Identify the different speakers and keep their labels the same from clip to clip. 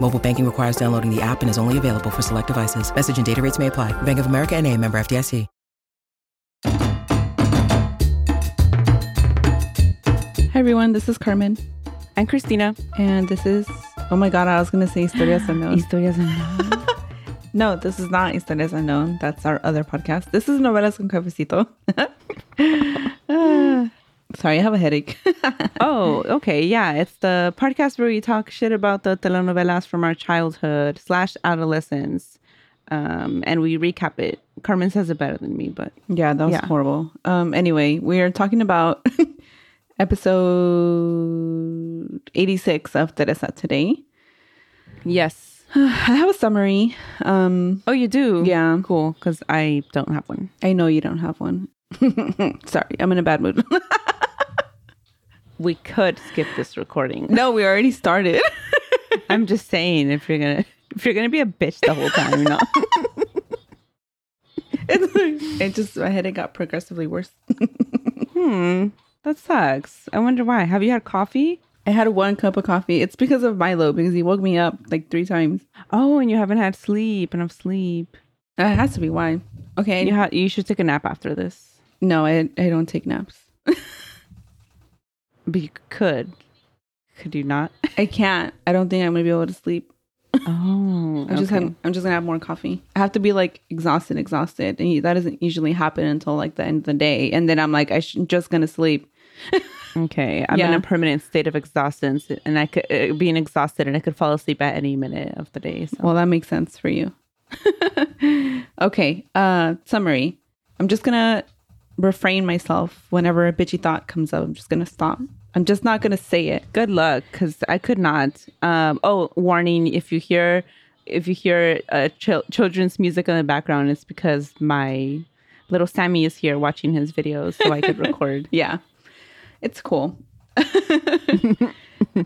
Speaker 1: Mobile banking requires downloading the app and is only available for select devices. Message and data rates may apply. Bank of America and a member FDIC.
Speaker 2: Hi everyone, this is Carmen,
Speaker 3: I'm Christina.
Speaker 2: and this is oh my god, I was gonna say Historias Unknown.
Speaker 3: Historias unknown.
Speaker 2: No, this is not Historias Unknown. That's our other podcast. This is Novelas con Cafecito. Ah, sorry, I have a headache. oh, okay, yeah, it's the podcast where we talk shit about the telenovelas from our childhood slash adolescence, um, and we recap it. Carmen says it better than me, but
Speaker 3: Yeah, that was
Speaker 2: Yeah.
Speaker 3: horrible. Um, anyway, we are talking about episode 86 of Teresa today.
Speaker 2: yes.
Speaker 3: I have a summary. Um,
Speaker 2: Oh, you do?
Speaker 3: Yeah.
Speaker 2: cool. Because I don't have one.
Speaker 3: I know you don't have one. Sorry, I'm in a bad mood.
Speaker 2: We could skip this recording.
Speaker 3: no, we already started.
Speaker 2: I'm just saying, if you're gonna if you're gonna be a bitch the whole time, no.
Speaker 3: it just, my headache got progressively worse.
Speaker 2: Hmm, that sucks. I wonder why. Have you had coffee?
Speaker 3: I had one cup of coffee. It's because of Milo, because he woke me up like three times.
Speaker 2: Oh, and you haven't had sleep enough sleep.
Speaker 3: That has to be why. Okay.
Speaker 2: You ha- you should take a nap after this.
Speaker 3: No, I, I don't take naps.
Speaker 2: But you could. Could you not?
Speaker 3: I can't. I don't think I'm gonna be able to sleep.
Speaker 2: Oh,
Speaker 3: I'm just gonna, I'm just gonna have more coffee. I have to be like exhausted, exhausted, and you- that doesn't usually happen until like the end of the day, and then I'm like I sh- just gonna sleep.
Speaker 2: okay. I'm in
Speaker 3: Yeah.
Speaker 2: a permanent state of exhaustion, and I could uh, being exhausted, and I could fall asleep at any minute of the day. So.
Speaker 3: Well, that makes sense for you. okay. Uh, summary. I'm just gonna refrain myself whenever a bitchy thought comes up. I'm just gonna stop. I'm just not gonna say it.
Speaker 2: good luck because i could not um oh warning if you hear if you hear uh, chil- children's music in the background it's because my little sammy is here watching his videos so i could record
Speaker 3: Yeah, it's cool.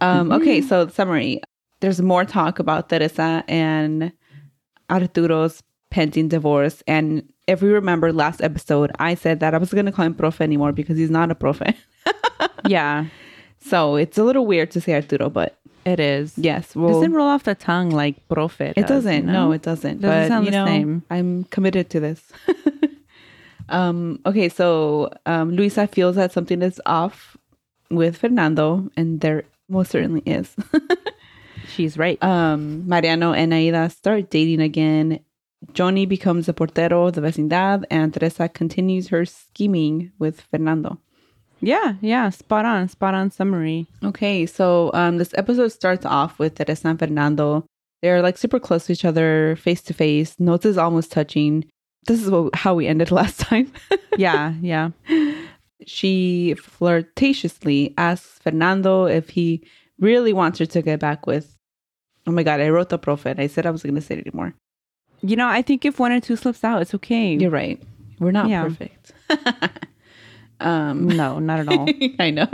Speaker 3: um, okay, so summary. There's more talk about Teresa and Arturo's pending divorce. And if we remember last episode, I said that I was going to call him profe anymore because he's not a profe.
Speaker 2: yeah
Speaker 3: So it's a little weird to say Arturo, but
Speaker 2: it is
Speaker 3: yes, well,
Speaker 2: doesn't roll off the tongue like profe
Speaker 3: it
Speaker 2: does,
Speaker 3: doesn't.
Speaker 2: you know?
Speaker 3: No, it doesn't.
Speaker 2: Doesn't
Speaker 3: but
Speaker 2: sound
Speaker 3: you
Speaker 2: the
Speaker 3: know,
Speaker 2: same.
Speaker 3: I'm committed to this. um, okay, so um, Luisa feels that something is off with Fernando, and there most certainly is.
Speaker 2: she's right
Speaker 3: um, Mariano and Aida start dating again. Johnny becomes a portero of the vecindad, and Teresa continues her scheming with Fernando.
Speaker 2: yeah yeah spot on spot on summary
Speaker 3: Okay, so um, this episode starts off with Teresa and Fernando. They're like super close to each other, face to face, notes is almost touching. This is what, how we ended last time.
Speaker 2: yeah yeah
Speaker 3: she flirtatiously asks Fernando if he really wants her to get back with. Oh my God, I wrote the prophet. I said I was going to say it anymore.
Speaker 2: you know i think if one or two slips out it's okay
Speaker 3: You're right. We're not
Speaker 2: Yeah.
Speaker 3: perfect. um,
Speaker 2: no not at all
Speaker 3: I know.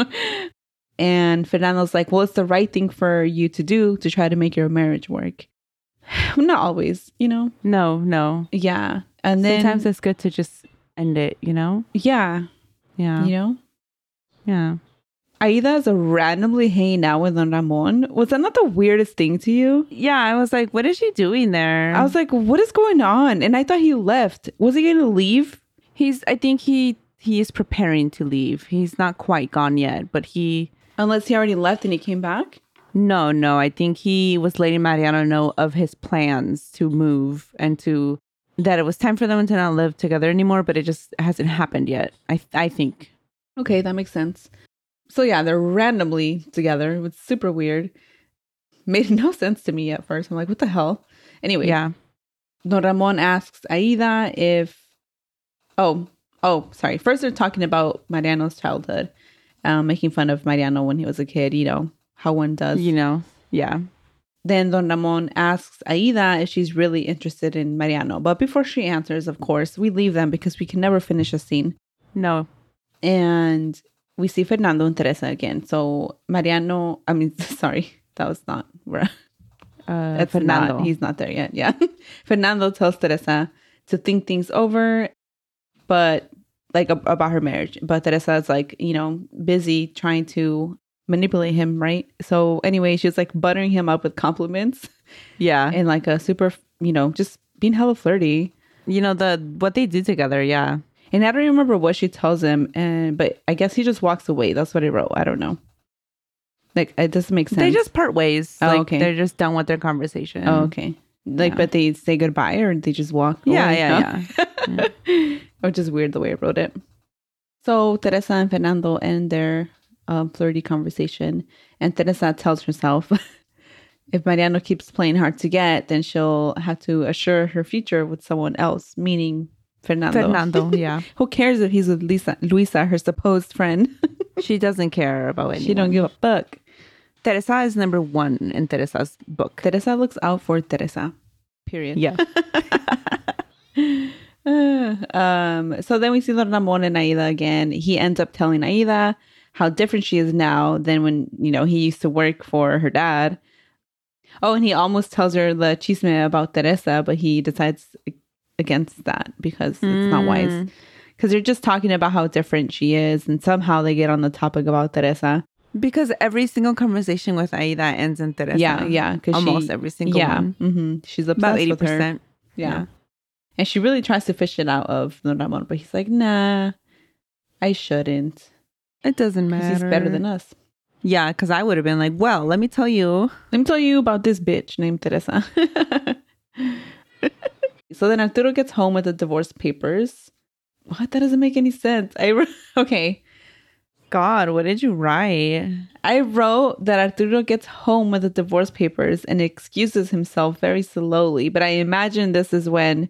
Speaker 3: And Fernando's like, well, it's the right thing for you to do to try to make your marriage work. Not always, you know?
Speaker 2: no no
Speaker 3: Yeah. And then,
Speaker 2: sometimes it's good to just end it you know
Speaker 3: yeah,
Speaker 2: yeah
Speaker 3: you know?
Speaker 2: yeah
Speaker 3: Aida is randomly hanging out with Don Ramon. Was that not the weirdest thing to you?
Speaker 2: Yeah, I was like, what is she doing there?
Speaker 3: I was like, what is going on? And I thought he left. Was he going to leave?
Speaker 2: he's I think he he is preparing to leave. He's not quite gone yet, but he
Speaker 3: Unless he already left and he came back?
Speaker 2: no, no, I think he was letting Mariano know of his plans to move and to that it was time for them to not live together anymore, but it just hasn't happened yet. I I think.
Speaker 3: Okay, that makes sense. So yeah, they're randomly together. It was super weird. Made no sense to me at first. I'm like, what the hell? Anyway,
Speaker 2: Yeah.
Speaker 3: Don Ramon asks Aida if oh oh sorry. First they're talking about Mariano's childhood, um, making fun of Mariano when he was a kid, you know, how one does.
Speaker 2: You know, yeah.
Speaker 3: Then Don Ramon asks Aida if she's really interested in Mariano. But before she answers, of course, we leave them because we can never finish a scene.
Speaker 2: No.
Speaker 3: And we see Fernando and Teresa again. So Mariano, I mean, sorry, that was not where.
Speaker 2: Uh,
Speaker 3: That's
Speaker 2: Fernando.
Speaker 3: Not, he's not there yet. Yeah. Fernando tells Teresa to think things over, but like ab- about her marriage. But Teresa's like, you know, busy trying to manipulate him, right? So anyway, she's like buttering him up with compliments
Speaker 2: yeah.
Speaker 3: and like a super, you know, just being hella flirty.
Speaker 2: you know the what they do together. Yeah.
Speaker 3: And I don't remember what she tells him, and but I guess he just walks away. That's what I wrote. I don't know. Like it doesn't make sense.
Speaker 2: They just part ways.
Speaker 3: Oh,
Speaker 2: like
Speaker 3: okay.
Speaker 2: they're just done with their conversation.
Speaker 3: oh, okay. Like,
Speaker 2: Yeah.
Speaker 3: but they say goodbye or they just walk.
Speaker 2: Yeah,
Speaker 3: away,
Speaker 2: yeah,
Speaker 3: huh?
Speaker 2: yeah.
Speaker 3: Which is weird the way I wrote it. So Teresa and Fernando end their um, flirty conversation, and Teresa tells herself if Mariano keeps playing hard to get, then she'll have to assure her future with someone else, meaning Fernando.
Speaker 2: Fernando, yeah.
Speaker 3: Who cares if he's with Lisa, Luisa, her supposed friend?
Speaker 2: She doesn't care about anyone.
Speaker 3: she don't give a fuck.
Speaker 2: Teresa is number one in Teresa's book.
Speaker 3: Teresa looks out for Teresa. Period.
Speaker 2: Yeah.
Speaker 3: um, so then we see Don Ramon and Aida again. He ends up telling Aida how different she is now than when, you know, he used to work for her dad. Oh, and he almost tells her the chisme about Teresa, but he decides against that because it's
Speaker 2: Hmm.
Speaker 3: not wise. Because they're just talking about how different she is, and somehow they get on the topic about Teresa.
Speaker 2: because every single conversation with Aida ends in Teresa.
Speaker 3: Yeah, yeah. 'cause
Speaker 2: Almost
Speaker 3: she-
Speaker 2: every single
Speaker 3: yeah,
Speaker 2: one.
Speaker 3: hmm She's obsessed
Speaker 2: About eighty
Speaker 3: with her.
Speaker 2: percent.
Speaker 3: Yeah.
Speaker 2: Yeah.
Speaker 3: And she really tries to fish it out of Don Ramon, but he's like, nah, I shouldn't.
Speaker 2: It doesn't matter.
Speaker 3: Because he's better than us.
Speaker 2: Yeah, because I would have been like, well, let me tell you.
Speaker 3: Let me tell you about this bitch named Teresa. so then Arturo gets home with the divorce papers. What? That doesn't make any sense. I wr- okay.
Speaker 2: God, what did you write?
Speaker 3: I wrote that Arturo gets home with the divorce papers and excuses himself very slowly, but I imagine this is when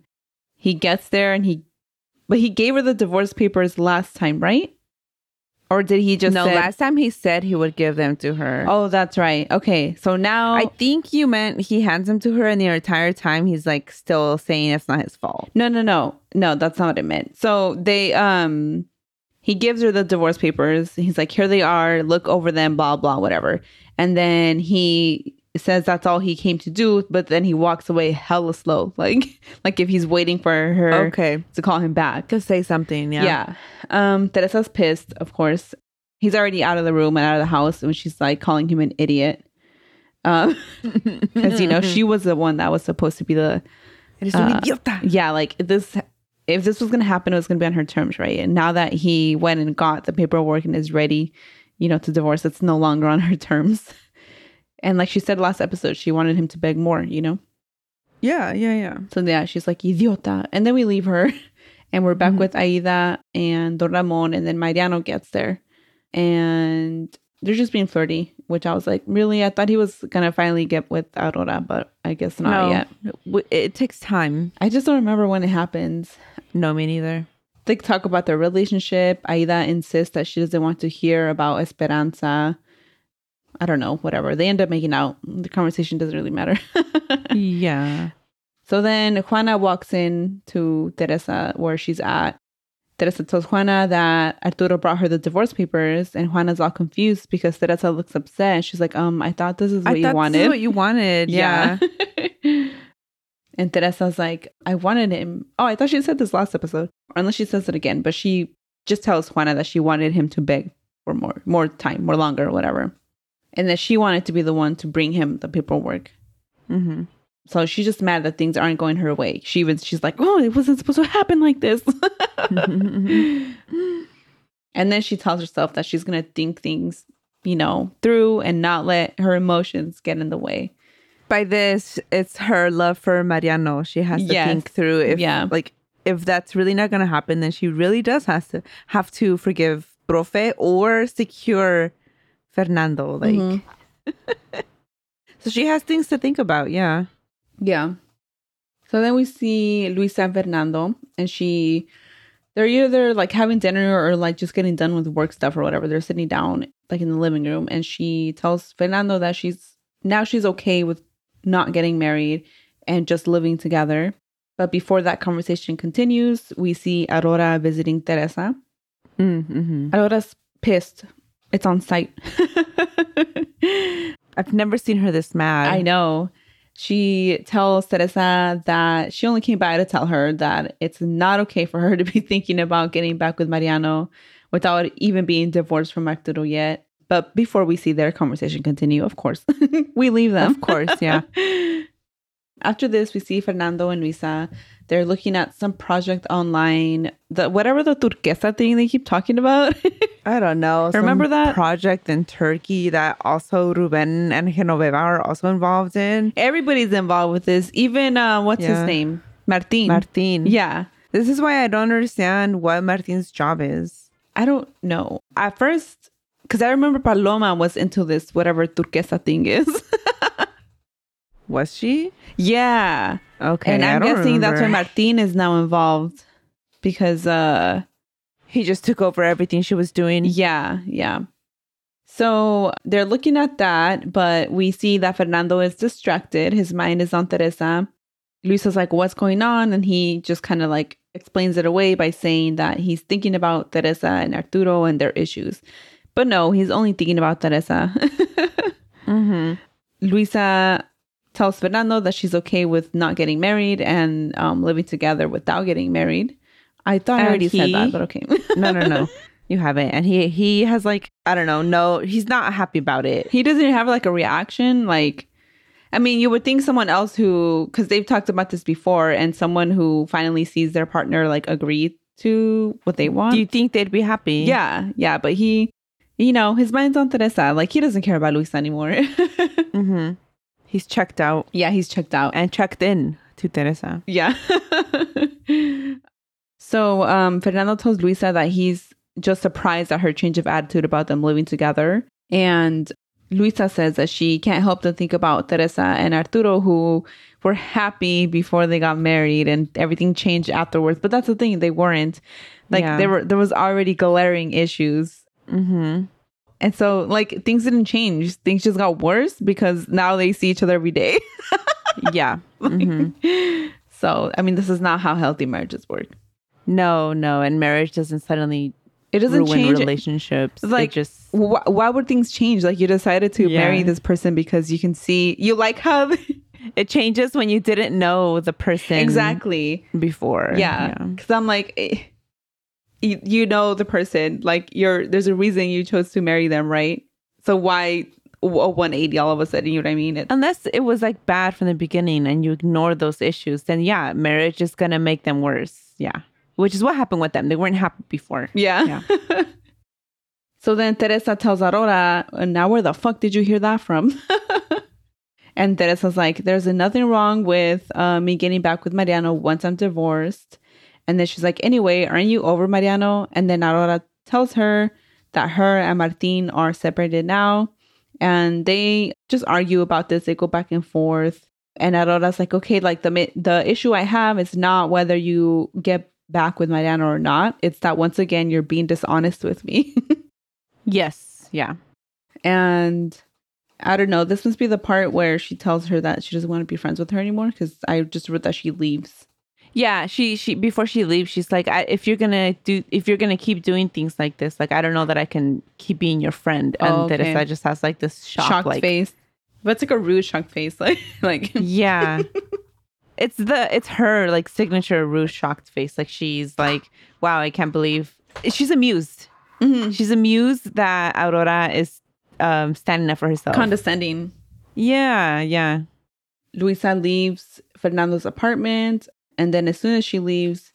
Speaker 3: he gets there and he but he gave her the divorce papers last time, right? Or did he just
Speaker 2: no,
Speaker 3: said-
Speaker 2: last time he said he would give them to her.
Speaker 3: Oh, that's right. Okay. So now
Speaker 2: I think you meant he hands them to her, and the entire time he's like still saying it's not his fault.
Speaker 3: No, no, no. No, that's not what it meant. So they um he gives her the divorce papers. He's like, "Here they are. Look over them, blah blah whatever." And then he says that's all he came to do, but then he walks away hella slow. Like like if he's waiting for her
Speaker 2: Okay.
Speaker 3: to call him back.
Speaker 2: To say something, yeah.
Speaker 3: Yeah. Um Teresa's pissed, of course. He's already out of the room and out of the house and she's like calling him an idiot. Um cuz you know, she was the one that was supposed to be the
Speaker 2: Eres
Speaker 3: uh, yeah, like this. If this was going to happen, it was going to be on her terms, right? And now that he went and got the paperwork and is ready, you know, to divorce, it's no longer on her terms. And like she said last episode, she wanted him to beg more, you know?
Speaker 2: Yeah, yeah, yeah.
Speaker 3: So yeah, she's like, idiota. And then we leave her and we're back with Aida and Don Ramon. And then Mariano gets there and they're just being flirty, which I was like, really? I thought he was going to finally get with Aurora, but I guess not
Speaker 2: no,
Speaker 3: yet.
Speaker 2: w- it takes time.
Speaker 3: I just don't remember when it happens.
Speaker 2: No, me neither.
Speaker 3: they talk about their relationship. Aida insists that she doesn't want to hear about Esperanza. I don't know, whatever. They end up making out. The conversation doesn't really matter.
Speaker 2: yeah.
Speaker 3: so then Juana walks in to Teresa where she's at. Teresa tells Juana that Arturo brought her the divorce papers, and Juana's all confused because Teresa looks upset. She's like, "Um, I thought this is what
Speaker 2: I
Speaker 3: you
Speaker 2: thought
Speaker 3: wanted."
Speaker 2: this is what you wanted. Yeah.
Speaker 3: Yeah. and Teresa's like, I wanted him. Oh, I thought she said this last episode, unless she says it again. But she just tells Juana that she wanted him to beg for more, more time, more longer, whatever. And that she wanted to be the one to bring him the paperwork.
Speaker 2: hmm
Speaker 3: So she's just mad that things aren't going her way. She even she's like, "Oh, it wasn't supposed to happen like this." and then she tells herself that she's gonna think things, you know, through and not let her emotions get in the way.
Speaker 2: By this, it's her love for Mariano. She has to
Speaker 3: Yes.
Speaker 2: think through if,
Speaker 3: Yeah.
Speaker 2: like, if that's really not going to happen, then she really does has to have to forgive profe or secure Fernando. Like,
Speaker 3: Mhm.
Speaker 2: Mm-hmm. so she has things to think about. Yeah.
Speaker 3: Yeah. So then we see Luisa and Fernando, and she, they're either like having dinner or like just getting done with work stuff or whatever. They're sitting down like in the living room, and she tells Fernando that she's now she's okay with not getting married and just living together. But before that conversation continues, we see Aurora visiting Teresa.
Speaker 2: Mm-hmm.
Speaker 3: Aurora's pissed. It's on site.
Speaker 2: I've never seen her this mad.
Speaker 3: I know. She tells Teresa that she only came by to tell her that it's not okay for her to be thinking about getting back with Mariano without even being divorced from Arturo yet. But before we see their conversation continue, of course, we leave them.
Speaker 2: Of course. Yeah.
Speaker 3: After this, we see Fernando and Luisa. They're looking at some project online, the whatever the turquesa thing they keep talking about.
Speaker 2: I don't know.
Speaker 3: Remember
Speaker 2: some
Speaker 3: that?
Speaker 2: project in Turkey that also Ruben and Genoveva are also involved in?
Speaker 3: Everybody's involved with this. Even uh, what's
Speaker 2: Yeah.
Speaker 3: his name, Martin.
Speaker 2: Martin.
Speaker 3: Yeah,
Speaker 2: This is why I don't understand what Martin's job is.
Speaker 3: I don't know. At first, because I remember Paloma was into this whatever turquesa thing is.
Speaker 2: Was she?
Speaker 3: yeah,
Speaker 2: Okay.
Speaker 3: and
Speaker 2: I
Speaker 3: I'm
Speaker 2: don't
Speaker 3: guessing that's why
Speaker 2: remember.
Speaker 3: Martin is now involved because uh,
Speaker 2: he just took over everything she was doing.
Speaker 3: Yeah, yeah. So they're looking at that, but we see that Fernando is distracted. His mind is on Teresa. Luisa's like, What's going on? And he just kind of like explains it away by saying that he's thinking about Teresa and Arturo and their issues. But no, he's only thinking about Teresa.
Speaker 2: Mm-hmm.
Speaker 3: Luisa tells Fernando that she's okay with not getting married and um, living together without getting married. I thought I
Speaker 2: And
Speaker 3: already said
Speaker 2: he-
Speaker 3: that, but okay.
Speaker 2: No, no, no. you haven't. And he he has like I don't know. No, he's not happy about it.
Speaker 3: he doesn't have like a reaction like i mean you would think someone else who because they've talked about this before and someone who finally sees their partner like agree to what they want
Speaker 2: Do you think they'd be happy?
Speaker 3: yeah yeah but he you know his mind's on teresa like he doesn't care about luisa anymore
Speaker 2: Mm-hmm. He's checked out
Speaker 3: yeah he's checked out
Speaker 2: and checked in to Teresa.
Speaker 3: yeah so um fernando tells luisa that he's just surprised at her change of attitude about them living together And Luisa says that she can't help to think about Teresa and Arturo, who were happy before they got married and everything changed afterwards. But that's the thing, they weren't. Like
Speaker 2: Yeah.
Speaker 3: there were there was already glaring issues.
Speaker 2: Mm-hmm.
Speaker 3: And so like things didn't change. Things just got worse because now they see each other every day.
Speaker 2: Yeah. Mhm.
Speaker 3: so I mean this is not how healthy marriages work.
Speaker 2: No, no. And marriage doesn't suddenly
Speaker 3: It doesn't
Speaker 2: ruin
Speaker 3: change
Speaker 2: relationships. It
Speaker 3: like
Speaker 2: just
Speaker 3: just why, why would things change? Like you decided to
Speaker 2: Yeah.
Speaker 3: marry this person because you can see you like how
Speaker 2: it changes when you didn't know the person
Speaker 3: exactly.
Speaker 2: before.
Speaker 3: yeah because i'm like eh, you, you know the person like you're there's a reason you chose to marry them right so why a 180 all of a sudden you know what i mean it,
Speaker 2: Unless it was like bad from the beginning and you ignore those issues, then yeah, marriage is gonna make them worse. Yeah. Which is what happened with them. They weren't happy before.
Speaker 3: yeah, so then teresa tells aurora now where the fuck did you hear that from and teresa's like there's nothing wrong with uh, me getting back with mariano once i'm divorced and then she's like anyway aren't you over mariano and then aurora tells her that her and martin are separated now and they just argue about this. They go back and forth, and Aurora's like, "Okay, like the mi- the issue I have is not whether you get back with Mariano or not. It's that once again you're being dishonest with me."
Speaker 2: Yes. Yeah.
Speaker 3: and I don't know. This must be the part where she tells her that she doesn't want to be friends with her anymore because I just read that she leaves.
Speaker 2: Yeah. She she before she leaves, she's like, I, if you're gonna do if you're gonna keep doing things like this, like I don't know that I can keep being your friend. And
Speaker 3: Oh, okay.
Speaker 2: Teresa just has like this shock
Speaker 3: shocked
Speaker 2: like Oh.
Speaker 3: face, but it's like a rude shocked face, like like
Speaker 2: Yeah. it's the it's her like signature Rue shocked face. Like she's like, wow, I can't believe she's amused.
Speaker 3: Mhm.
Speaker 2: She's amused that Aurora is um standing up for herself.
Speaker 3: condescending.
Speaker 2: yeah, yeah.
Speaker 3: Luisa leaves Fernando's apartment, and then as soon as she leaves,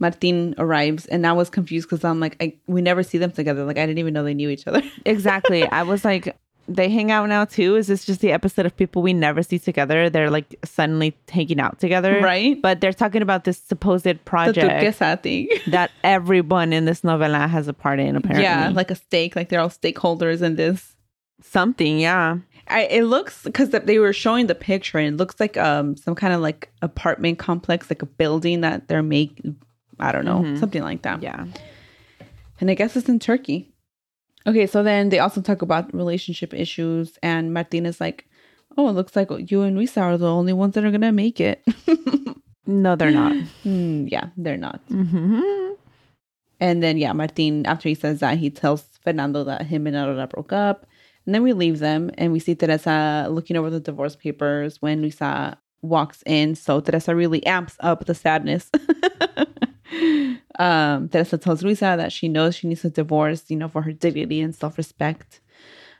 Speaker 3: Martin arrives, and I was confused because I'm like, I, we never see them together. Like I didn't even know they knew each other.
Speaker 2: Exactly. I was like they hang out now too? Is this just the episode of people we never see together? They're like suddenly hanging out together,
Speaker 3: Right.
Speaker 2: But they're talking about this supposed
Speaker 3: The
Speaker 2: project
Speaker 3: turquesa thing.
Speaker 2: that everyone in this novella has a part in. Apparently,
Speaker 3: Yeah, like a stake. Like they're all stakeholders in this.
Speaker 2: something. Yeah,
Speaker 3: I, it looks because they were showing the picture and it looks like um some kind of like apartment complex, like a building that they're making. I don't know, something like that.
Speaker 2: yeah.
Speaker 3: and I guess it's in Turkey. Okay, so then they also talk about relationship issues, and Martina's like, "Oh, it looks like you and Luisa are the only ones that are gonna make it."
Speaker 2: No, they're not.
Speaker 3: Hmm, yeah, they're not.
Speaker 2: mm-hmm.
Speaker 3: And then yeah, Martin after he says that he tells Fernando that him and Aurora broke up. And then we leave them and we see Teresa looking over the divorce papers when Luisa walks in. So Teresa really amps up the sadness. um, Teresa tells Luisa that she knows she needs a divorce, you know, for her dignity and self-respect,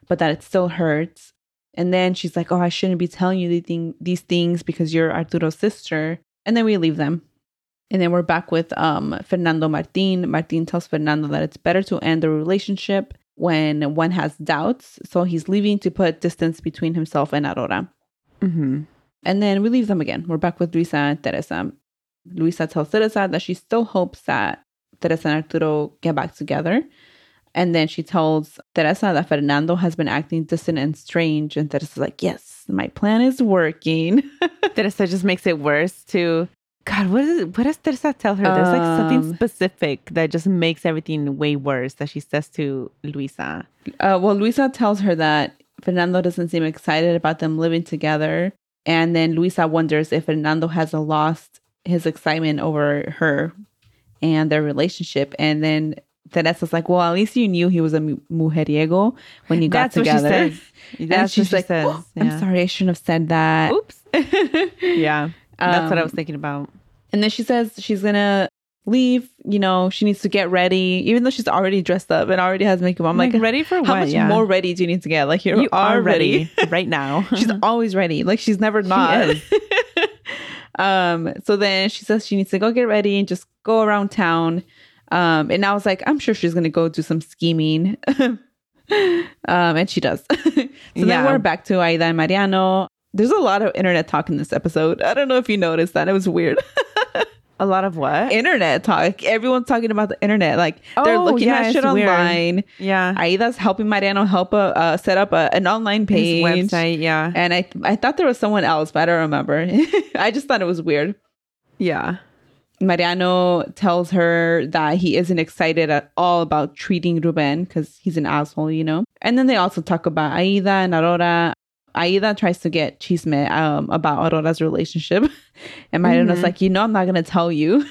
Speaker 3: but that it still hurts. And then she's like, "Oh, I shouldn't be telling you the thing- these things because you're Arturo's sister." And then we leave them. And then we're back with um, Fernando Martin. Martin tells Fernando that it's better to end a relationship when one has doubts. So he's leaving to put distance between himself and Aurora.
Speaker 2: Mm-hmm.
Speaker 3: And then we leave them again. We're back with Luisa and Teresa. Luisa tells Teresa that she still hopes that Teresa and Arturo get back together. And then she tells Teresa that Fernando has been acting distant and strange. And Teresa's like, Yes, my plan is working.
Speaker 2: Teresa just makes it worse too. God, what is what does Teresa tell her? There's like
Speaker 3: Um,
Speaker 2: something specific that just makes everything way worse that she says to Luisa.
Speaker 3: Uh, well, Luisa tells her that Fernando doesn't seem excited about them living together. And then Luisa wonders if Fernando has lost his excitement over her and their relationship. And then Teresa's like, well, at least you knew he was a mu- mujeriego when you got
Speaker 2: That's what she
Speaker 3: together.
Speaker 2: says.
Speaker 3: And
Speaker 2: That's what
Speaker 3: she's
Speaker 2: she
Speaker 3: like,
Speaker 2: says,
Speaker 3: "Oh, I'm
Speaker 2: yeah.
Speaker 3: sorry, I shouldn't have said that.
Speaker 2: Oops. yeah. That's what I
Speaker 3: Um,
Speaker 2: was thinking about.
Speaker 3: And then she says she's gonna leave. You know, she needs to get ready, even though she's already dressed up and already has makeup. I'm like,
Speaker 2: Like, ready for
Speaker 3: How
Speaker 2: what?
Speaker 3: much
Speaker 2: Yeah.
Speaker 3: more ready do you need to get? Like you're
Speaker 2: You are ready
Speaker 3: ready.
Speaker 2: right now.
Speaker 3: she's always ready. Like she's never not. um. So then she says she needs to go get ready and just go around town. Um. And I was like, I'm sure she's gonna go do some scheming. um. And she does. so
Speaker 2: Yeah.
Speaker 3: then we're back to Aida and Mariano. There's a lot of internet talk in this episode. I don't know if you noticed that. It was weird.
Speaker 2: A lot of what?
Speaker 3: internet talk. Everyone's talking about the internet. Like they're
Speaker 2: Oh,
Speaker 3: looking
Speaker 2: yeah,
Speaker 3: at
Speaker 2: it's
Speaker 3: shit
Speaker 2: weird.
Speaker 3: online.
Speaker 2: yeah.
Speaker 3: Aida's helping Mariano help uh, uh, set up a, an online
Speaker 2: His
Speaker 3: page.
Speaker 2: website. Yeah.
Speaker 3: And I, I thought there was someone else, but I don't remember. I just thought it was weird.
Speaker 2: yeah.
Speaker 3: Mariano tells her that he isn't excited at all about treating Ruben because he's an asshole, you know? And then they also talk about Aida and Aurora. Aida tries to get Chisme um, about Aurora's relationship. And
Speaker 2: Mm-hmm.
Speaker 3: Mariano's like, you know, I'm not going to tell you.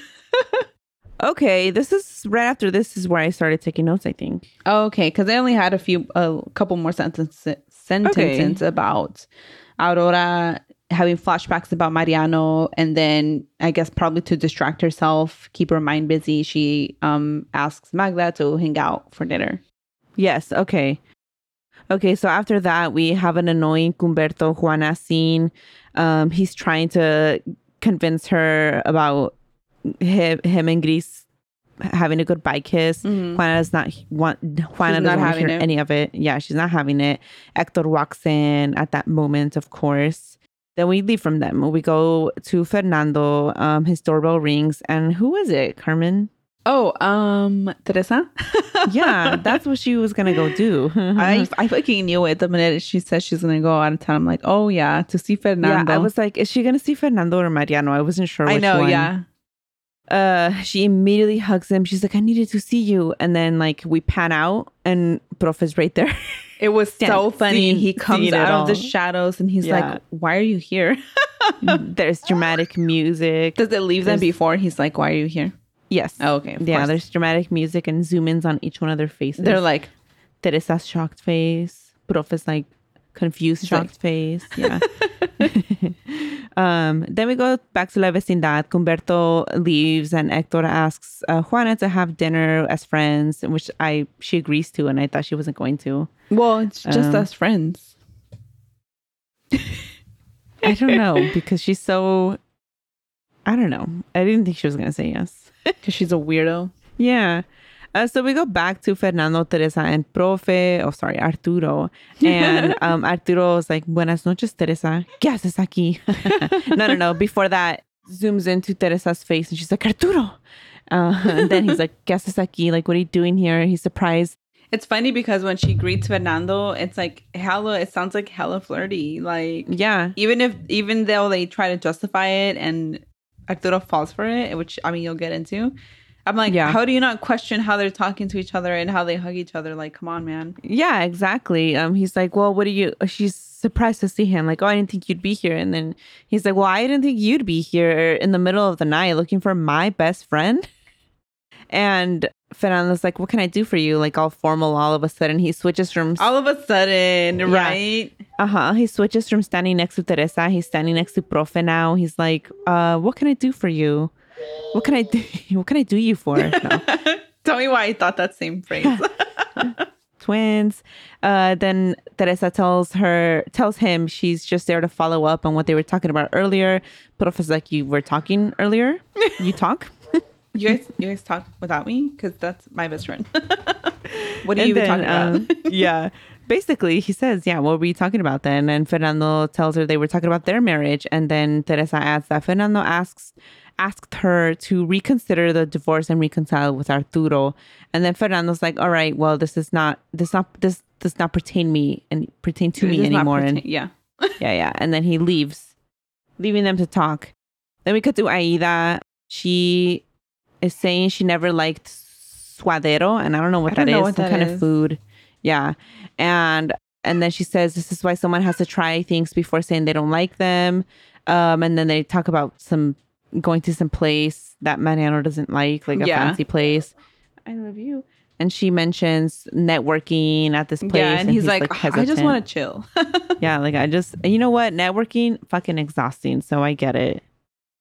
Speaker 2: Okay. This is right after this is where I started taking notes, I think.
Speaker 3: Oh, Okay, because I only had a few, a couple more sentences, sentences about Aurora having flashbacks about Mariano, and then I guess probably to distract herself, keep her mind busy, she um asks Magda to hang out for dinner.
Speaker 2: Yes. Okay. Okay. So after that, we have an annoying Cumberto Juana scene. Um, he's trying to convince her about him, him and Gris having a goodbye kiss. Juana does not he- want. Juana
Speaker 3: Mm-hmm. She's
Speaker 2: doesn't
Speaker 3: not
Speaker 2: want to
Speaker 3: having
Speaker 2: hear
Speaker 3: it.
Speaker 2: any of it. Yeah, she's not having it. Hector walks in at that moment, of course. Then we leave from them. We go to Fernando. Um, his doorbell rings, and who is it? Carmen.
Speaker 3: Oh, um, Teresa,
Speaker 2: Yeah, that's what she was gonna go do.
Speaker 3: I I fucking knew it the minute she said she's gonna go out of town. I'm like, oh yeah, to see Fernando.
Speaker 2: Yeah, I was like, is she gonna see Fernando or Mariano? I wasn't sure.
Speaker 3: I
Speaker 2: which
Speaker 3: know,
Speaker 2: one.
Speaker 3: yeah.
Speaker 2: Uh, she immediately hugs him. She's like, I needed to see you. And then like we pan out, and Prof is right there.
Speaker 3: It was so
Speaker 2: Seen-
Speaker 3: funny. he
Speaker 2: seen
Speaker 3: comes
Speaker 2: it
Speaker 3: out of the
Speaker 2: all.
Speaker 3: shadows and he's
Speaker 2: Yeah.
Speaker 3: like, "Why are you here?"
Speaker 2: there's dramatic music.
Speaker 3: Does it leave them
Speaker 2: There's-
Speaker 3: before he's like, "Why are you here?"
Speaker 2: yes.
Speaker 3: Oh, okay, of
Speaker 2: Yeah,
Speaker 3: course.
Speaker 2: there's dramatic music and zoom ins on each one of their faces.
Speaker 3: They're like,
Speaker 2: Teresa's shocked face. Prof is like confused,
Speaker 3: like-
Speaker 2: shocked face. Yeah. um, then we go back to La Vecindad. Cumberto leaves and Hector asks uh, Juana to have dinner as friends, which I she agrees to, and I thought she wasn't going to.
Speaker 3: "Well, it's just us friends."
Speaker 2: I don't know because she's so. I don't know. I didn't think she was going to say yes.
Speaker 3: Because she's a weirdo.
Speaker 2: Yeah. Uh, so we go back to Fernando, Teresa, and Profe. Oh, sorry, Arturo. And um, Arturo was like, Buenas noches, Teresa. ¿Qué haces aquí? no, no, no. Before that, zooms into Teresa's face and she's like, Arturo. Uh, and then he's like, ¿Qué haces aquí? Like, what are you doing here? He's surprised.
Speaker 3: It's funny because when she greets Fernando, it's like hella. It sounds like hella flirty. Like
Speaker 2: Yeah.
Speaker 3: even if even though they try to justify it and Arturo falls for it, which I mean you'll get into. I'm like,
Speaker 2: Yeah.
Speaker 3: how do you not question how they're talking to each other and how they hug each other? Like, come on, man.
Speaker 2: Yeah, exactly. Um, he's like, well, what are you? She's surprised to see him. Like, oh, I didn't think you'd be here. And then he's like, well, I didn't think you'd be here in the middle of the night looking for my best friend. And Fernando's like, what can I do for you? Like, all formal, all of a sudden, he switches from
Speaker 3: All of a sudden, right?
Speaker 2: uh huh. He switches from standing next to Teresa. He's standing next to Profe now. He's like, uh, what can I do for you? What can I do? What can I do you for? No.
Speaker 3: Tell me why I thought that same phrase.
Speaker 2: twins. Uh, then Teresa tells her tells him she's just there to follow up on what they were talking about earlier. Profe's like, you were talking earlier. You talk.
Speaker 3: you guys, you guys talk without me because that's my best friend. what are you
Speaker 2: And
Speaker 3: even
Speaker 2: then,
Speaker 3: talking about?
Speaker 2: um, yeah. Basically, he says, "Yeah, what were you talking about then?" And Fernando tells her they were talking about their marriage. And then Teresa adds that Fernando asks asked her to reconsider the divorce and reconcile with Arturo. And then Fernando's like, "All right, well, this is not this not this does not pertain me and pertain to
Speaker 3: It
Speaker 2: me
Speaker 3: does not
Speaker 2: anymore."
Speaker 3: pertain-
Speaker 2: And
Speaker 3: yeah.
Speaker 2: yeah, yeah. And then he leaves, leaving them to talk. Then we cut to Aida. She is saying she never liked suadero, and I don't know what
Speaker 3: I don't
Speaker 2: that is.
Speaker 3: know what
Speaker 2: some
Speaker 3: that
Speaker 2: kind of
Speaker 3: is.
Speaker 2: food. Yeah, and and then she says this is why someone has to try things before saying they don't like them. Um, and then they talk about some going to some place that Mariano doesn't like, like a
Speaker 3: Yeah.
Speaker 2: fancy place.
Speaker 3: I love you.
Speaker 2: And she mentions networking at this place.
Speaker 3: Yeah, and, he's, like, "Ugh, I just
Speaker 2: hesitant."
Speaker 3: want to chill.
Speaker 2: yeah, like I just, you know what? Networking, fucking exhausting. So I get it.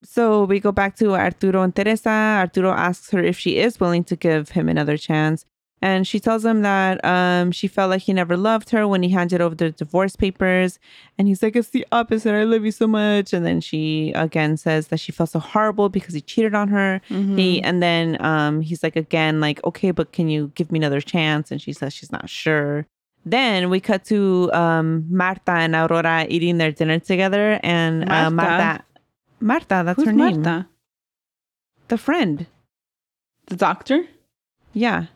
Speaker 2: So we go back to Arturo and Teresa. Arturo asks her if she is willing to give him another chance. And she tells him that um, she felt like he never loved her when he handed over the divorce papers. And he's like, It's the opposite. I love you so much. And then she again says that she felt so horrible because he cheated on her. He and then um, he's like again, like, okay, but can you give me another chance? And she says she's not sure. Then we cut to um, Marta and Aurora eating their dinner together, and Marta. Uh,
Speaker 3: Marta?
Speaker 2: Marta, Marta, that's
Speaker 3: Who's
Speaker 2: her name.
Speaker 3: Marta?
Speaker 2: The friend,
Speaker 3: The doctor?
Speaker 2: yeah.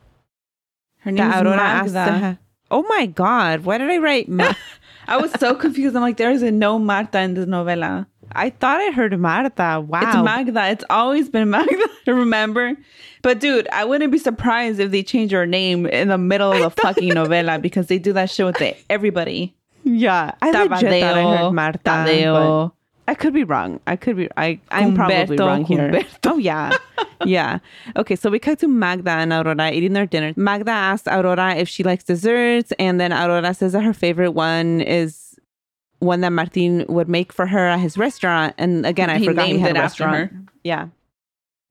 Speaker 3: Her
Speaker 2: That
Speaker 3: name is
Speaker 2: Aurora asked
Speaker 3: Magda.
Speaker 2: to ha- Oh my God! Why did I write? Ma-
Speaker 3: I was so confused. I'm like, there is a no Marta in this novella.
Speaker 2: I thought I heard Marta. Wow.
Speaker 3: It's Magda. It's always been Magda. Remember? But dude, I wouldn't be surprised if they change her name in the middle of the fucking novella because they do that shit with the, everybody.
Speaker 2: yeah, I legit thought I heard
Speaker 3: Tadeo,
Speaker 2: Marta. but-
Speaker 3: Tadeo.
Speaker 2: I could be wrong. I could be. I I'm probably
Speaker 3: Humberto,
Speaker 2: wrong here.
Speaker 3: Humberto.
Speaker 2: Oh yeah, yeah. Okay, so we cut to Magda and Aurora eating their dinner. Magda asks Aurora if she likes desserts, and then Aurora says that her favorite one is one that Martin would make for her at his restaurant. And again, I
Speaker 3: He
Speaker 2: forgot he
Speaker 3: named
Speaker 2: had
Speaker 3: it
Speaker 2: a
Speaker 3: after
Speaker 2: restaurant.
Speaker 3: her.
Speaker 2: Yeah,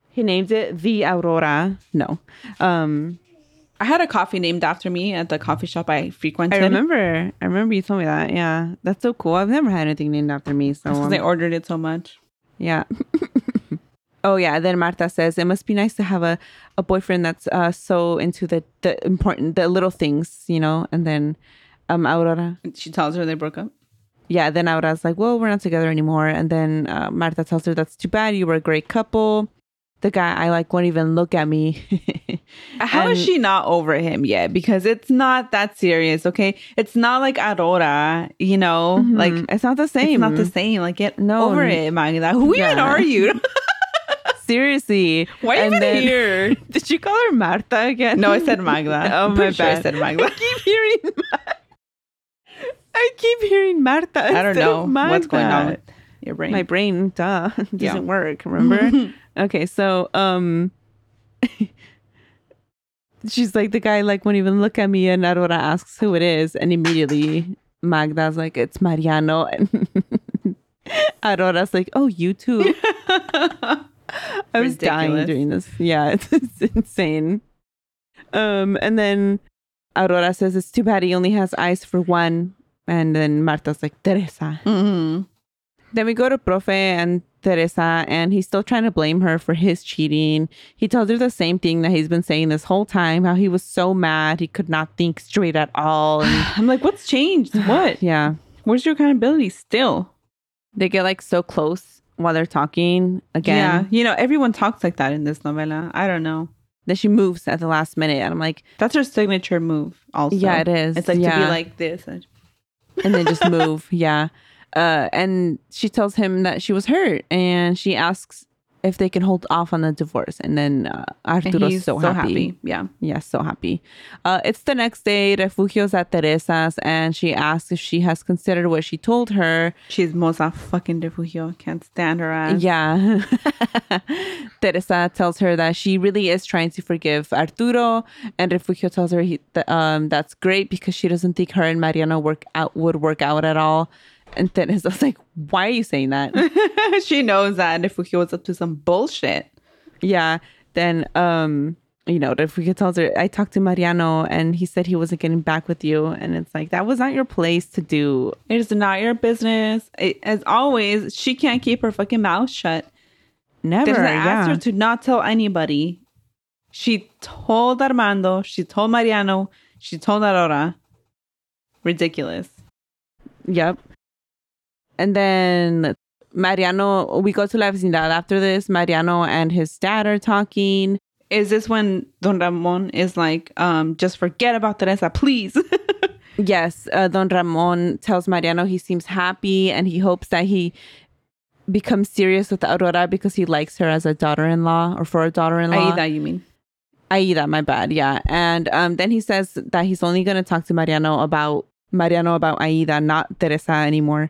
Speaker 2: he named it the Aurora. No, um,
Speaker 3: I had a coffee named after me at the coffee shop I
Speaker 2: I
Speaker 3: frequented.
Speaker 2: remember. I remember you told me that. Yeah, that's so cool. I've never had anything named after me. So
Speaker 3: Because
Speaker 2: um,
Speaker 3: I ordered it so much.
Speaker 2: Yeah. oh yeah. Then Marta says it must be nice to have a, a boyfriend that's uh, so into the the important the little things, you know. And then um Aurora,
Speaker 3: She tells her they broke up.
Speaker 2: yeah. Then Aurora's like, well, we're not together anymore. And then uh, Marta tells her that's too bad. You were a great couple. The guy I like won't even look at me.
Speaker 3: How is
Speaker 2: And-
Speaker 3: she not over him yet? Because it's not that serious, okay? It's not like Aurora, you know? Like,
Speaker 2: like it's not the same.
Speaker 3: Mm-hmm. it's not the same. Like, get
Speaker 2: Mm-hmm. No,
Speaker 3: over
Speaker 2: n-
Speaker 3: it, Magda. Who even
Speaker 2: Yeah.
Speaker 3: are you?
Speaker 2: Seriously.
Speaker 3: Why
Speaker 2: And
Speaker 3: even
Speaker 2: then-
Speaker 3: here?
Speaker 2: Did you call her Marta again?
Speaker 3: No, I said Magda.
Speaker 2: oh
Speaker 3: I'm
Speaker 2: my
Speaker 3: pretty
Speaker 2: bad.
Speaker 3: sure I said Magda.
Speaker 2: I keep hearing. Ma- I keep hearing Marta.
Speaker 3: I don't
Speaker 2: instead
Speaker 3: know
Speaker 2: of Magda.
Speaker 3: what's going on with your brain.
Speaker 2: My brain, duh, doesn't
Speaker 3: Yeah.
Speaker 2: work. Remember? okay, so um, she's like the guy like won't even look at me, and Aurora asks who it is, and immediately Magda's like it's Mariano, and Aurora's like oh you too. I was dying
Speaker 3: Ridiculous.
Speaker 2: during this. Yeah, it's, it's insane. Um, and then Aurora says it's too bad he only has eyes for one, and then Marta's like Teresa.
Speaker 3: Mhm.
Speaker 2: Then we go to Profe, and Teresa and he's still trying to blame her for his cheating. He tells her the same thing that he's been saying this whole time how he was so mad he could not think straight at all. And
Speaker 3: I'm like, what's changed? What?
Speaker 2: yeah.
Speaker 3: Where's your accountability still?
Speaker 2: They get like so close while they're talking
Speaker 3: Yeah.
Speaker 2: again
Speaker 3: You know, everyone talks like that in this novela. I don't know.
Speaker 2: that she moves at the last minute. And I'm like,
Speaker 3: That's her signature move, also.
Speaker 2: Yeah, it is.
Speaker 3: It's like to
Speaker 2: Yeah.
Speaker 3: be like this. And
Speaker 2: and then just move. yeah. Uh, and she tells him that she was hurt and she asks if they can hold off on the divorce. And then uh, Arturo's
Speaker 3: he's
Speaker 2: so, happy.
Speaker 3: Yeah.
Speaker 2: Yes, so happy. Uh, it's the next day. Refugio's at Teresa's, and she asks if she has considered what she told her.
Speaker 3: She's Moza fucking refugio. Can't stand her ass.
Speaker 2: Yeah. Teresa tells her that she really is trying to forgive Arturo, and Refugio tells her he, th- um, that's great because she doesn't think her and Mariana work out would work out at all. And Teresa's like, "Why are you saying that?"
Speaker 3: she knows that refugio was up to some bullshit.
Speaker 2: Yeah. Then um, you know, if we could tell her I talked to Mariano and he said he wasn't getting back with you and it's like that was not your place to do.
Speaker 3: It is not your business. It, as always, she can't keep her fucking mouth shut.
Speaker 2: Never.
Speaker 3: Teresa asked
Speaker 2: yeah.
Speaker 3: her to not tell anybody. She told Armando. She told Mariano. She told Aurora. Ridiculous.
Speaker 2: Yep. And then Mariano we go to La Vecindad after this. Mariano and his dad are talking.
Speaker 3: Is this when Don Ramon is like, um, just forget about Teresa, please?
Speaker 2: Yes, uh, Don Ramon tells Mariano he seems happy and he hopes that he becomes serious with Aurora because he likes her as a daughter-in-law or for a daughter-in-law.
Speaker 3: Aida, you mean?
Speaker 2: Aida, my bad. Yeah. And um, then he says that he's only going to talk to Mariano about Mariano about Aida, not Teresa anymore.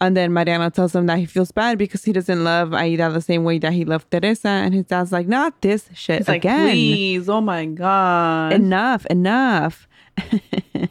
Speaker 2: And then Mariano tells him that he feels bad because he doesn't love Aida the same way that he loved Teresa. And his dad's like, not this shit
Speaker 3: It's like,
Speaker 2: again.
Speaker 3: please. Oh my God.
Speaker 2: enough, enough.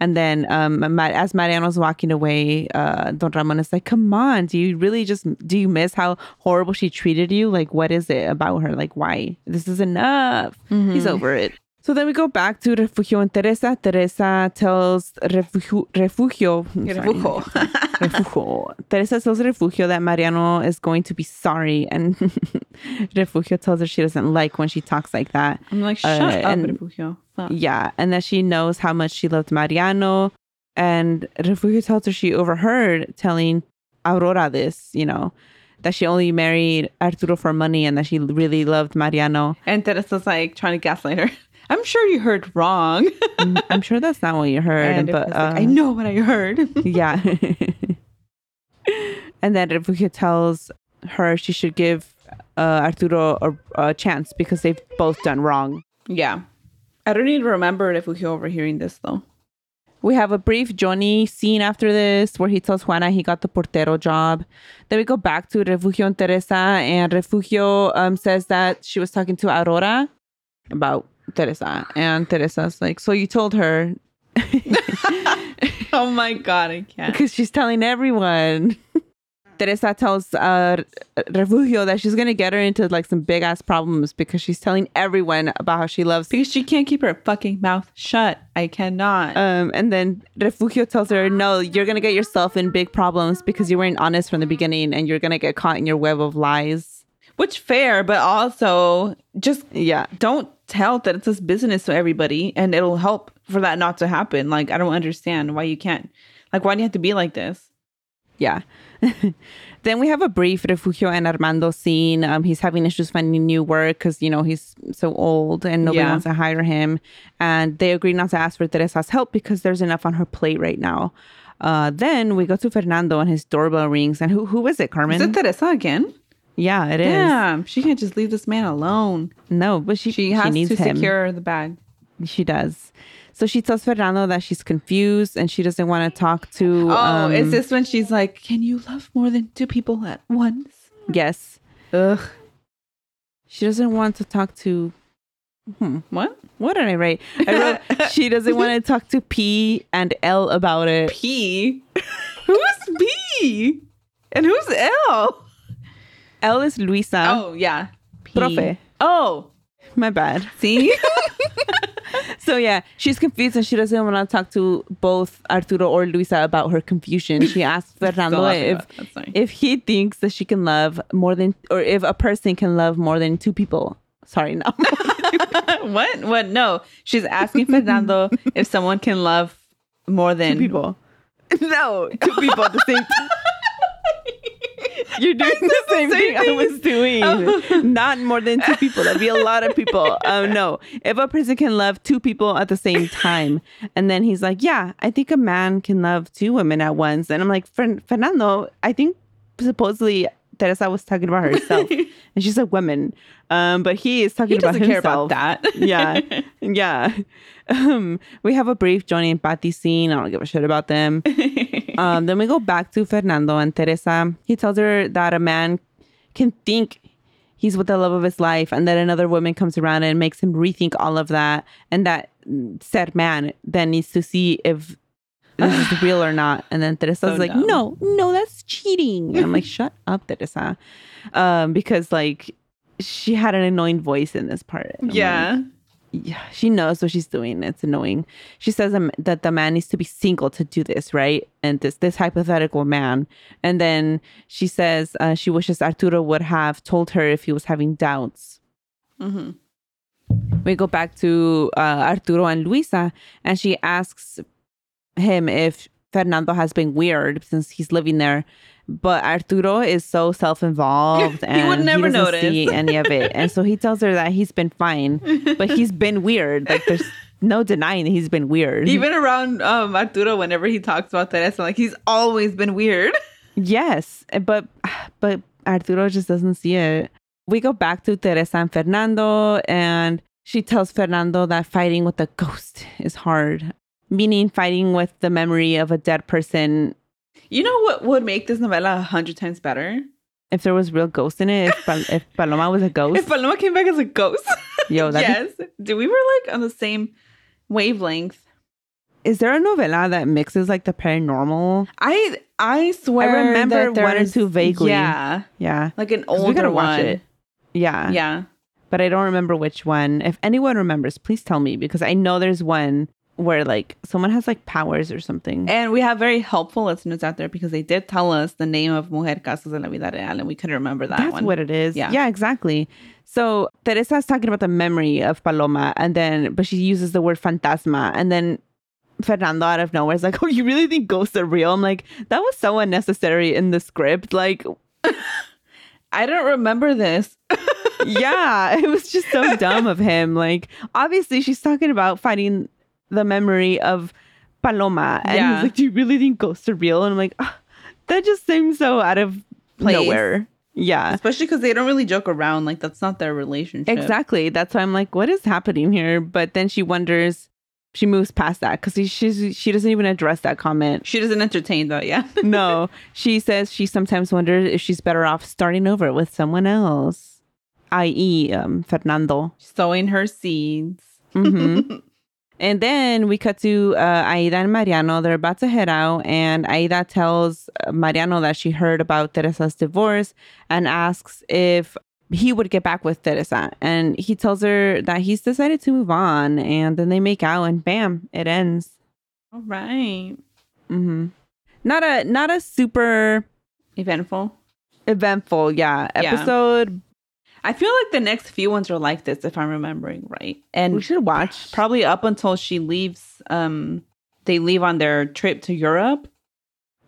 Speaker 2: and then um, Ma- as Mariano's walking away, uh, Don Ramon is like, come on, do you really just, do you miss how horrible she treated you? Like, what is it about her? Like, why? This is enough.
Speaker 3: Mm-hmm.
Speaker 2: He's over it. So then we go back to Refugio and Teresa. Teresa tells Refugio, Refugio, I'm sorry.
Speaker 3: Refugio.
Speaker 2: Refugio. Teresa tells Refugio that Mariano is going to be sorry. And Refugio tells her she doesn't like when she talks like that.
Speaker 3: I'm like,
Speaker 2: Uh,
Speaker 3: shut up,
Speaker 2: and-
Speaker 3: Refugio. Fuck.
Speaker 2: Yeah, and that she knows how much she loved Mariano. And Refugio tells her she overheard telling Aurora this, you know, that she only married Arturo for money and that she really loved Mariano.
Speaker 3: And Teresa's like trying to gaslight her. I'm sure you heard wrong.
Speaker 2: Mm, I'm sure that's not what you heard,
Speaker 3: And
Speaker 2: but
Speaker 3: Teresa's like, I
Speaker 2: um,
Speaker 3: know what I heard.
Speaker 2: yeah. and then Refugio tells her she should give uh, Arturo a, a chance because they've both done wrong.
Speaker 3: yeah. I don't even remember Refugio overhearing this though.
Speaker 2: We have a brief Johnny scene after this where he tells Juana he got the portero job. Then we go back to Refugio and Teresa, and Refugio um, says that she was talking to Aurora about Teresa. And Teresa's like, So you told her
Speaker 3: Oh my God, I can't.
Speaker 2: because she's telling everyone. Teresa tells uh, Refugio that she's going to get her into like some big ass problems because she's telling everyone about how she loves
Speaker 3: Because she can't keep her fucking mouth shut. I cannot.
Speaker 2: Um, and then Refugio tells her, "No, you're gonna get yourself in big problems because you weren't honest from the beginning, and you're gonna get caught in your web of lies."
Speaker 3: Which fair, but also just
Speaker 2: Yeah,
Speaker 3: don't tell that it's this business to everybody and it'll help for that not to happen. Like, I don't understand why you can't. Like, why do you have to be like this?
Speaker 2: yeah. then we have a brief Refugio and Armando scene. Um, he's having issues finding new work because you know he's so old and nobody
Speaker 3: Yeah.
Speaker 2: wants to hire him. And they agree not to ask for Teresa's help because there's enough on her plate right now. Uh, then we go to Fernando and his doorbell rings. And who who is it, Carmen?
Speaker 3: Is it Teresa again?
Speaker 2: yeah, it is.
Speaker 3: Damn, she can't just leave this man alone.
Speaker 2: No, but she
Speaker 3: She has
Speaker 2: needs
Speaker 3: to
Speaker 2: him.
Speaker 3: secure the bag.
Speaker 2: She does. So she tells Fernando that she's confused and she doesn't want to talk to.
Speaker 3: Oh,
Speaker 2: um,
Speaker 3: is this when she's like, "Can you love more than two people at once?"
Speaker 2: Yes.
Speaker 3: Ugh.
Speaker 2: She doesn't want to talk to.
Speaker 3: What?
Speaker 2: What did I write? I wrote she doesn't want to talk to P and L about it.
Speaker 3: P? who's P? And who's L?
Speaker 2: L is Luisa.
Speaker 3: Oh yeah, Oh, P.
Speaker 2: Profe.
Speaker 3: Oh,
Speaker 2: My bad.
Speaker 3: see,
Speaker 2: So yeah, she's confused and she doesn't want to talk to both Arturo or Luisa about her confusion. She asks Fernando
Speaker 3: laughing
Speaker 2: if
Speaker 3: about that, sorry.
Speaker 2: if he thinks that she can love more than or if a person can love more than two people. Sorry, no.
Speaker 3: what? What? No. She's asking Fernando if someone can love more than
Speaker 2: people. No, two people at the same time. You're doing the same, thing, I was doing.
Speaker 3: Oh.
Speaker 2: Not more than two people. That'd be a lot of people. Oh no. If a person can love two people at the same time. And then he's like, Yeah, I think a man can love two women at once. And I'm like, Fern- Fernando, I think supposedly Teresa was talking about herself. and she's a woman. Um, but he is talking
Speaker 3: He
Speaker 2: about
Speaker 3: doesn't care about
Speaker 2: himself
Speaker 3: that.
Speaker 2: yeah, yeah. Um, we have a brief Johnny and Patty scene. I don't give a shit about them. Um, then we go back to Fernando and Teresa. He tells her that a man can think he's with the love of his life, and that another woman comes around and makes him rethink all of that, and that said man then needs to see if this is real or not. And then Teresa's
Speaker 3: So
Speaker 2: like,
Speaker 3: dumb.
Speaker 2: no, no, that's cheating. And I'm like, shut up, Teresa, um, because like. She had an annoying voice in this part. I'm like,
Speaker 3: Yeah.
Speaker 2: yeah, she knows what she's doing. It's annoying. She says um, that the man needs to be single to do this, right? And this this hypothetical man. And then she says uh, she wishes Arturo would have told her if he was having doubts.
Speaker 3: Mhm.
Speaker 2: We go back to uh, Arturo and Luisa, and she asks him if Fernando has been weird since he's living there. But Arturo is so self-involved, and
Speaker 3: would never notice.
Speaker 2: doesn't see any of it. And so he tells her that he's been fine, but he's been weird. Like there's no denying that he's been weird.
Speaker 3: Even around um, Arturo, whenever he talks about Teresa, like he's always been weird.
Speaker 2: Yes, but but Arturo just doesn't see it. We go back to Teresa and Fernando, and she tells Fernando that fighting with a ghost is hard, meaning fighting with the memory of a dead person.
Speaker 3: You know what would make this novella a hundred times better?
Speaker 2: If there was real ghosts in it, if, Pal- if Paloma was a ghost,
Speaker 3: If Paloma came back as a ghost.
Speaker 2: yo, that
Speaker 3: yes. Do we were like on the same wavelength.
Speaker 2: is there a novela that mixes like the paranormal?
Speaker 3: I I swear
Speaker 2: remember
Speaker 3: that
Speaker 2: one or
Speaker 3: there's-
Speaker 2: two vaguely.
Speaker 3: Yeah,
Speaker 2: Yeah,
Speaker 3: like an
Speaker 2: 'Cause
Speaker 3: older
Speaker 2: we gotta
Speaker 3: one.
Speaker 2: watch it. Yeah,
Speaker 3: Yeah,
Speaker 2: but I don't remember which one. If anyone remembers, please tell me because I know there's one where like someone has like powers or something.
Speaker 3: and we have very helpful listeners out there because they did tell us the name of Mujer Casos de la Vida Real, and we couldn't remember that
Speaker 2: That's
Speaker 3: one.
Speaker 2: what it is.
Speaker 3: Yeah.
Speaker 2: Yeah. exactly. So Teresa's talking about the memory of Paloma and then but she uses the word fantasma and then Fernando out of nowhere is like, Oh, you really think ghosts are real? I'm like, that was so unnecessary in the script. Like,
Speaker 3: I don't remember this.
Speaker 2: yeah, it was just so dumb of him. Like, obviously she's talking about fighting the memory of Paloma. And
Speaker 3: Yeah.
Speaker 2: he's like, Do you really think ghosts are real? And I'm like, "Ah, that just seems so out of
Speaker 3: Place.
Speaker 2: nowhere. Yeah.
Speaker 3: Especially because they don't really joke around. Like that's not their relationship.
Speaker 2: Exactly. That's why I'm like, what is happening here? But then she wonders, she moves past that because she's she doesn't even address that comment.
Speaker 3: She doesn't entertain though. Yeah.
Speaker 2: No, she says she sometimes wonders if she's better off starting over with someone else, i.e., um, Fernando.
Speaker 3: Sowing her seeds.
Speaker 2: Mhm. and then we cut to uh, Aida and Mariano. They're about to head out, and Aida tells uh, Mariano that she heard about Teresa's divorce and asks if he would get back with Teresa. And he tells her that he's decided to move on, and then they make out, and bam, it ends.
Speaker 3: All right.
Speaker 2: hmm Not a not a super
Speaker 3: Eventful.
Speaker 2: eventful, yeah,
Speaker 3: Yeah.
Speaker 2: episode.
Speaker 3: I feel like the next few ones are like this, if I'm remembering right.
Speaker 2: We
Speaker 3: And
Speaker 2: should watch.
Speaker 3: probably up until she leaves, um, they leave on their trip to Europe.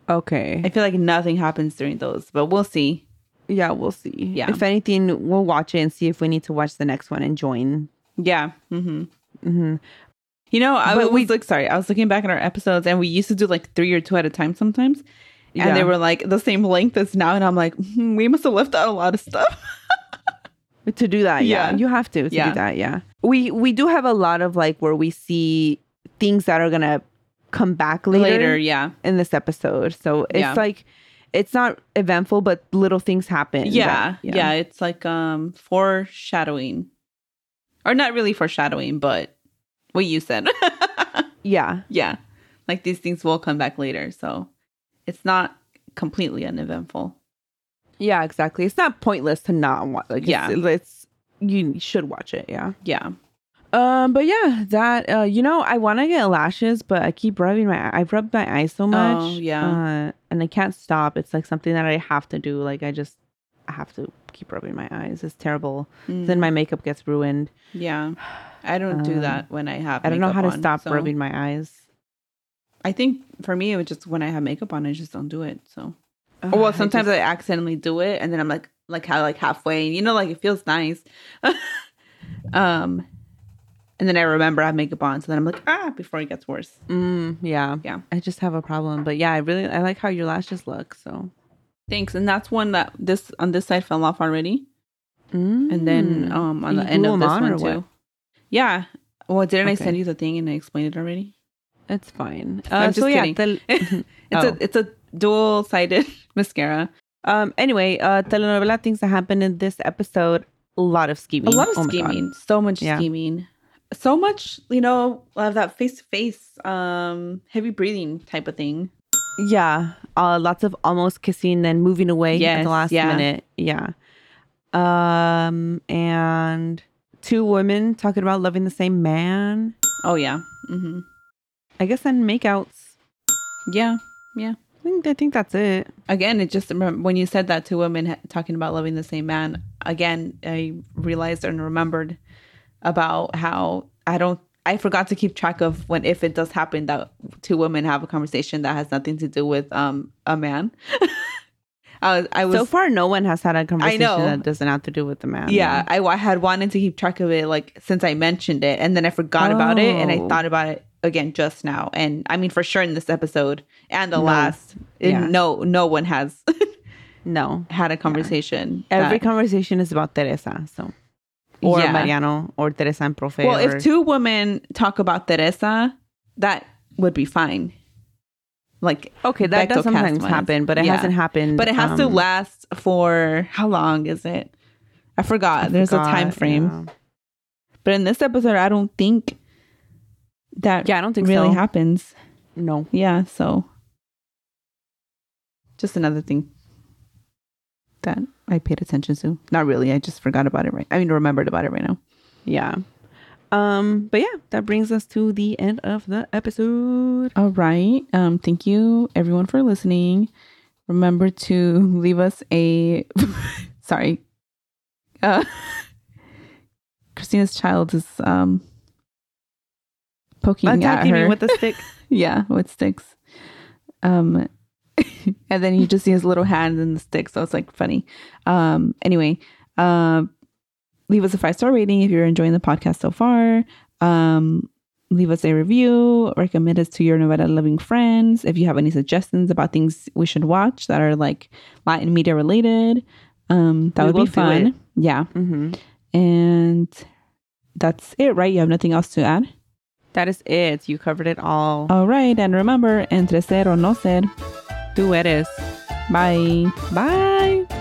Speaker 2: Okay,
Speaker 3: I feel like nothing happens during those, but we'll see.
Speaker 2: yeah, we'll see.
Speaker 3: Yeah.
Speaker 2: if anything, we'll watch it and see if we need to watch the next one and join.
Speaker 3: Yeah. hmm
Speaker 2: hmm
Speaker 3: You know, I
Speaker 2: But
Speaker 3: was
Speaker 2: we-
Speaker 3: like, sorry, I was looking back at our episodes, and we used to do like three or two at a time sometimes, and they
Speaker 2: Yeah.
Speaker 3: were like the same length as now, and I'm like, hmm, we must have left out a lot of stuff.
Speaker 2: to do that yeah,
Speaker 3: Yeah.
Speaker 2: you have to to
Speaker 3: Yeah.
Speaker 2: do that yeah we we do have a lot of like where we see things that are gonna come back later,
Speaker 3: yeah,
Speaker 2: in this episode so it's
Speaker 3: Yeah.
Speaker 2: like it's not eventful but little things happen that-
Speaker 3: yeah, yeah, It's like um foreshadowing, or not really foreshadowing, but what you said.
Speaker 2: yeah
Speaker 3: yeah, like these things will come back later, so it's not completely uneventful.
Speaker 2: yeah exactly it's not pointless to not watch like yeah
Speaker 3: Yeah.
Speaker 2: it's, it's you should watch it yeah
Speaker 3: Yeah,
Speaker 2: Um, but yeah, that uh, you know, I want to get lashes, but I keep rubbing my I rub my eyes so much.
Speaker 3: Oh, yeah.
Speaker 2: uh, and I can't stop. It's like something that I have to do. Like I just I have to keep rubbing my eyes. It's terrible.
Speaker 3: Mm.
Speaker 2: Then my makeup gets ruined.
Speaker 3: Yeah. I don't do
Speaker 2: Mm. Um,
Speaker 3: that when I have.
Speaker 2: I don't know
Speaker 3: makeup
Speaker 2: how to
Speaker 3: on,
Speaker 2: stop
Speaker 3: so-
Speaker 2: rubbing my eyes.
Speaker 3: I think for me, it was just when I have makeup on, I just don't do it. So, Oh,
Speaker 2: Oh,
Speaker 3: well, sometimes I, accidentally do it, and then I'm like, like how, like halfway, and you know, like it feels nice. um, and then I remember I have makeup on, so then I'm like, ah, before it gets worse.
Speaker 2: Mm, yeah.
Speaker 3: Yeah.
Speaker 2: I just have a problem. But yeah, I really I like how your lashes look. So
Speaker 3: Thanks. And that's one that this on this side fell off already, and then um on
Speaker 2: Hmm. You
Speaker 3: the end
Speaker 2: glue
Speaker 3: of
Speaker 2: 'em
Speaker 3: this
Speaker 2: on or
Speaker 3: one
Speaker 2: what?
Speaker 3: too. Yeah. Well, didn't I
Speaker 2: Okay.
Speaker 3: send you the thing and I explained it already?
Speaker 2: it's fine. Uh,
Speaker 3: I'm just
Speaker 2: so
Speaker 3: kidding.
Speaker 2: yeah, the-
Speaker 3: it's
Speaker 2: Oh.
Speaker 3: a it's a dual sided mascara.
Speaker 2: Um. Anyway, uh, telenovela things that happened in this episode. A lot of scheming.
Speaker 3: A lot of
Speaker 2: Oh my God.
Speaker 3: scheming. So much
Speaker 2: Yeah.
Speaker 3: scheming. So much, you know, of that face to face, um, heavy breathing type of thing.
Speaker 2: Yeah. Uh, lots of almost kissing, then moving away at
Speaker 3: Yes,
Speaker 2: the last
Speaker 3: yeah.
Speaker 2: minute. Yeah. Um. And two women talking about loving the same man.
Speaker 3: Oh yeah. hmm
Speaker 2: I guess then makeouts.
Speaker 3: Yeah.
Speaker 2: I think I think that's it.
Speaker 3: Again, it just remem- when you said that to women ha- talking about loving the same man. Again, I realized and remembered about how I don't. I forgot to keep track of when if it does happen that two women have a conversation that has nothing to do with um a man. I was, I was
Speaker 2: so far, no one has had a conversation
Speaker 3: know.
Speaker 2: that doesn't have to do with the man.
Speaker 3: yeah I, I had wanted to keep track of it like since i mentioned it and then i forgot about it and i
Speaker 2: Oh.
Speaker 3: thought about it again just now and i mean for sure in this episode and the
Speaker 2: No.
Speaker 3: last it-
Speaker 2: Yeah.
Speaker 3: no no one has
Speaker 2: No.
Speaker 3: had a conversation
Speaker 2: Every
Speaker 3: that-
Speaker 2: conversation is about Teresa. So. Or
Speaker 3: Yeah.
Speaker 2: Mariano or Teresa and Profe.
Speaker 3: well
Speaker 2: or-
Speaker 3: if two women talk about teresa that would be fine like
Speaker 2: Okay, that
Speaker 3: Bechdel
Speaker 2: does sometimes
Speaker 3: cast ones.
Speaker 2: happen, but it
Speaker 3: Yeah.
Speaker 2: hasn't happened.
Speaker 3: but it has to
Speaker 2: um,
Speaker 3: last for how long is it i forgot there's a
Speaker 2: God,
Speaker 3: time frame
Speaker 2: yeah.
Speaker 3: but in this episode i don't think that
Speaker 2: Yeah, I don't think
Speaker 3: really
Speaker 2: so.
Speaker 3: happens
Speaker 2: No.
Speaker 3: yeah so just another thing that i paid attention to not really i just forgot about it right i mean remembered about it right now
Speaker 2: Yeah. Um, but yeah, that brings us to the end of the episode.
Speaker 3: all right um thank you everyone for listening remember to leave us a sorry uh christina's child is um poking
Speaker 2: Attacking
Speaker 3: at her
Speaker 2: me with a stick.
Speaker 3: yeah with sticks um and then you just see his little hand in the stick so it's like funny um anyway um leave us a five star rating if you're enjoying the podcast so far um leave us a review recommend us to your novella loving friends if you have any suggestions about things we should watch that are like latin media related um that
Speaker 2: We will
Speaker 3: would be
Speaker 2: do it.
Speaker 3: fun yeah
Speaker 2: Mhm.
Speaker 3: and that's it right you have nothing else to add
Speaker 2: That is it. You covered it all.
Speaker 3: all right and remember entre ser o no ser
Speaker 2: Tú eres.
Speaker 3: Bye.
Speaker 2: Bye.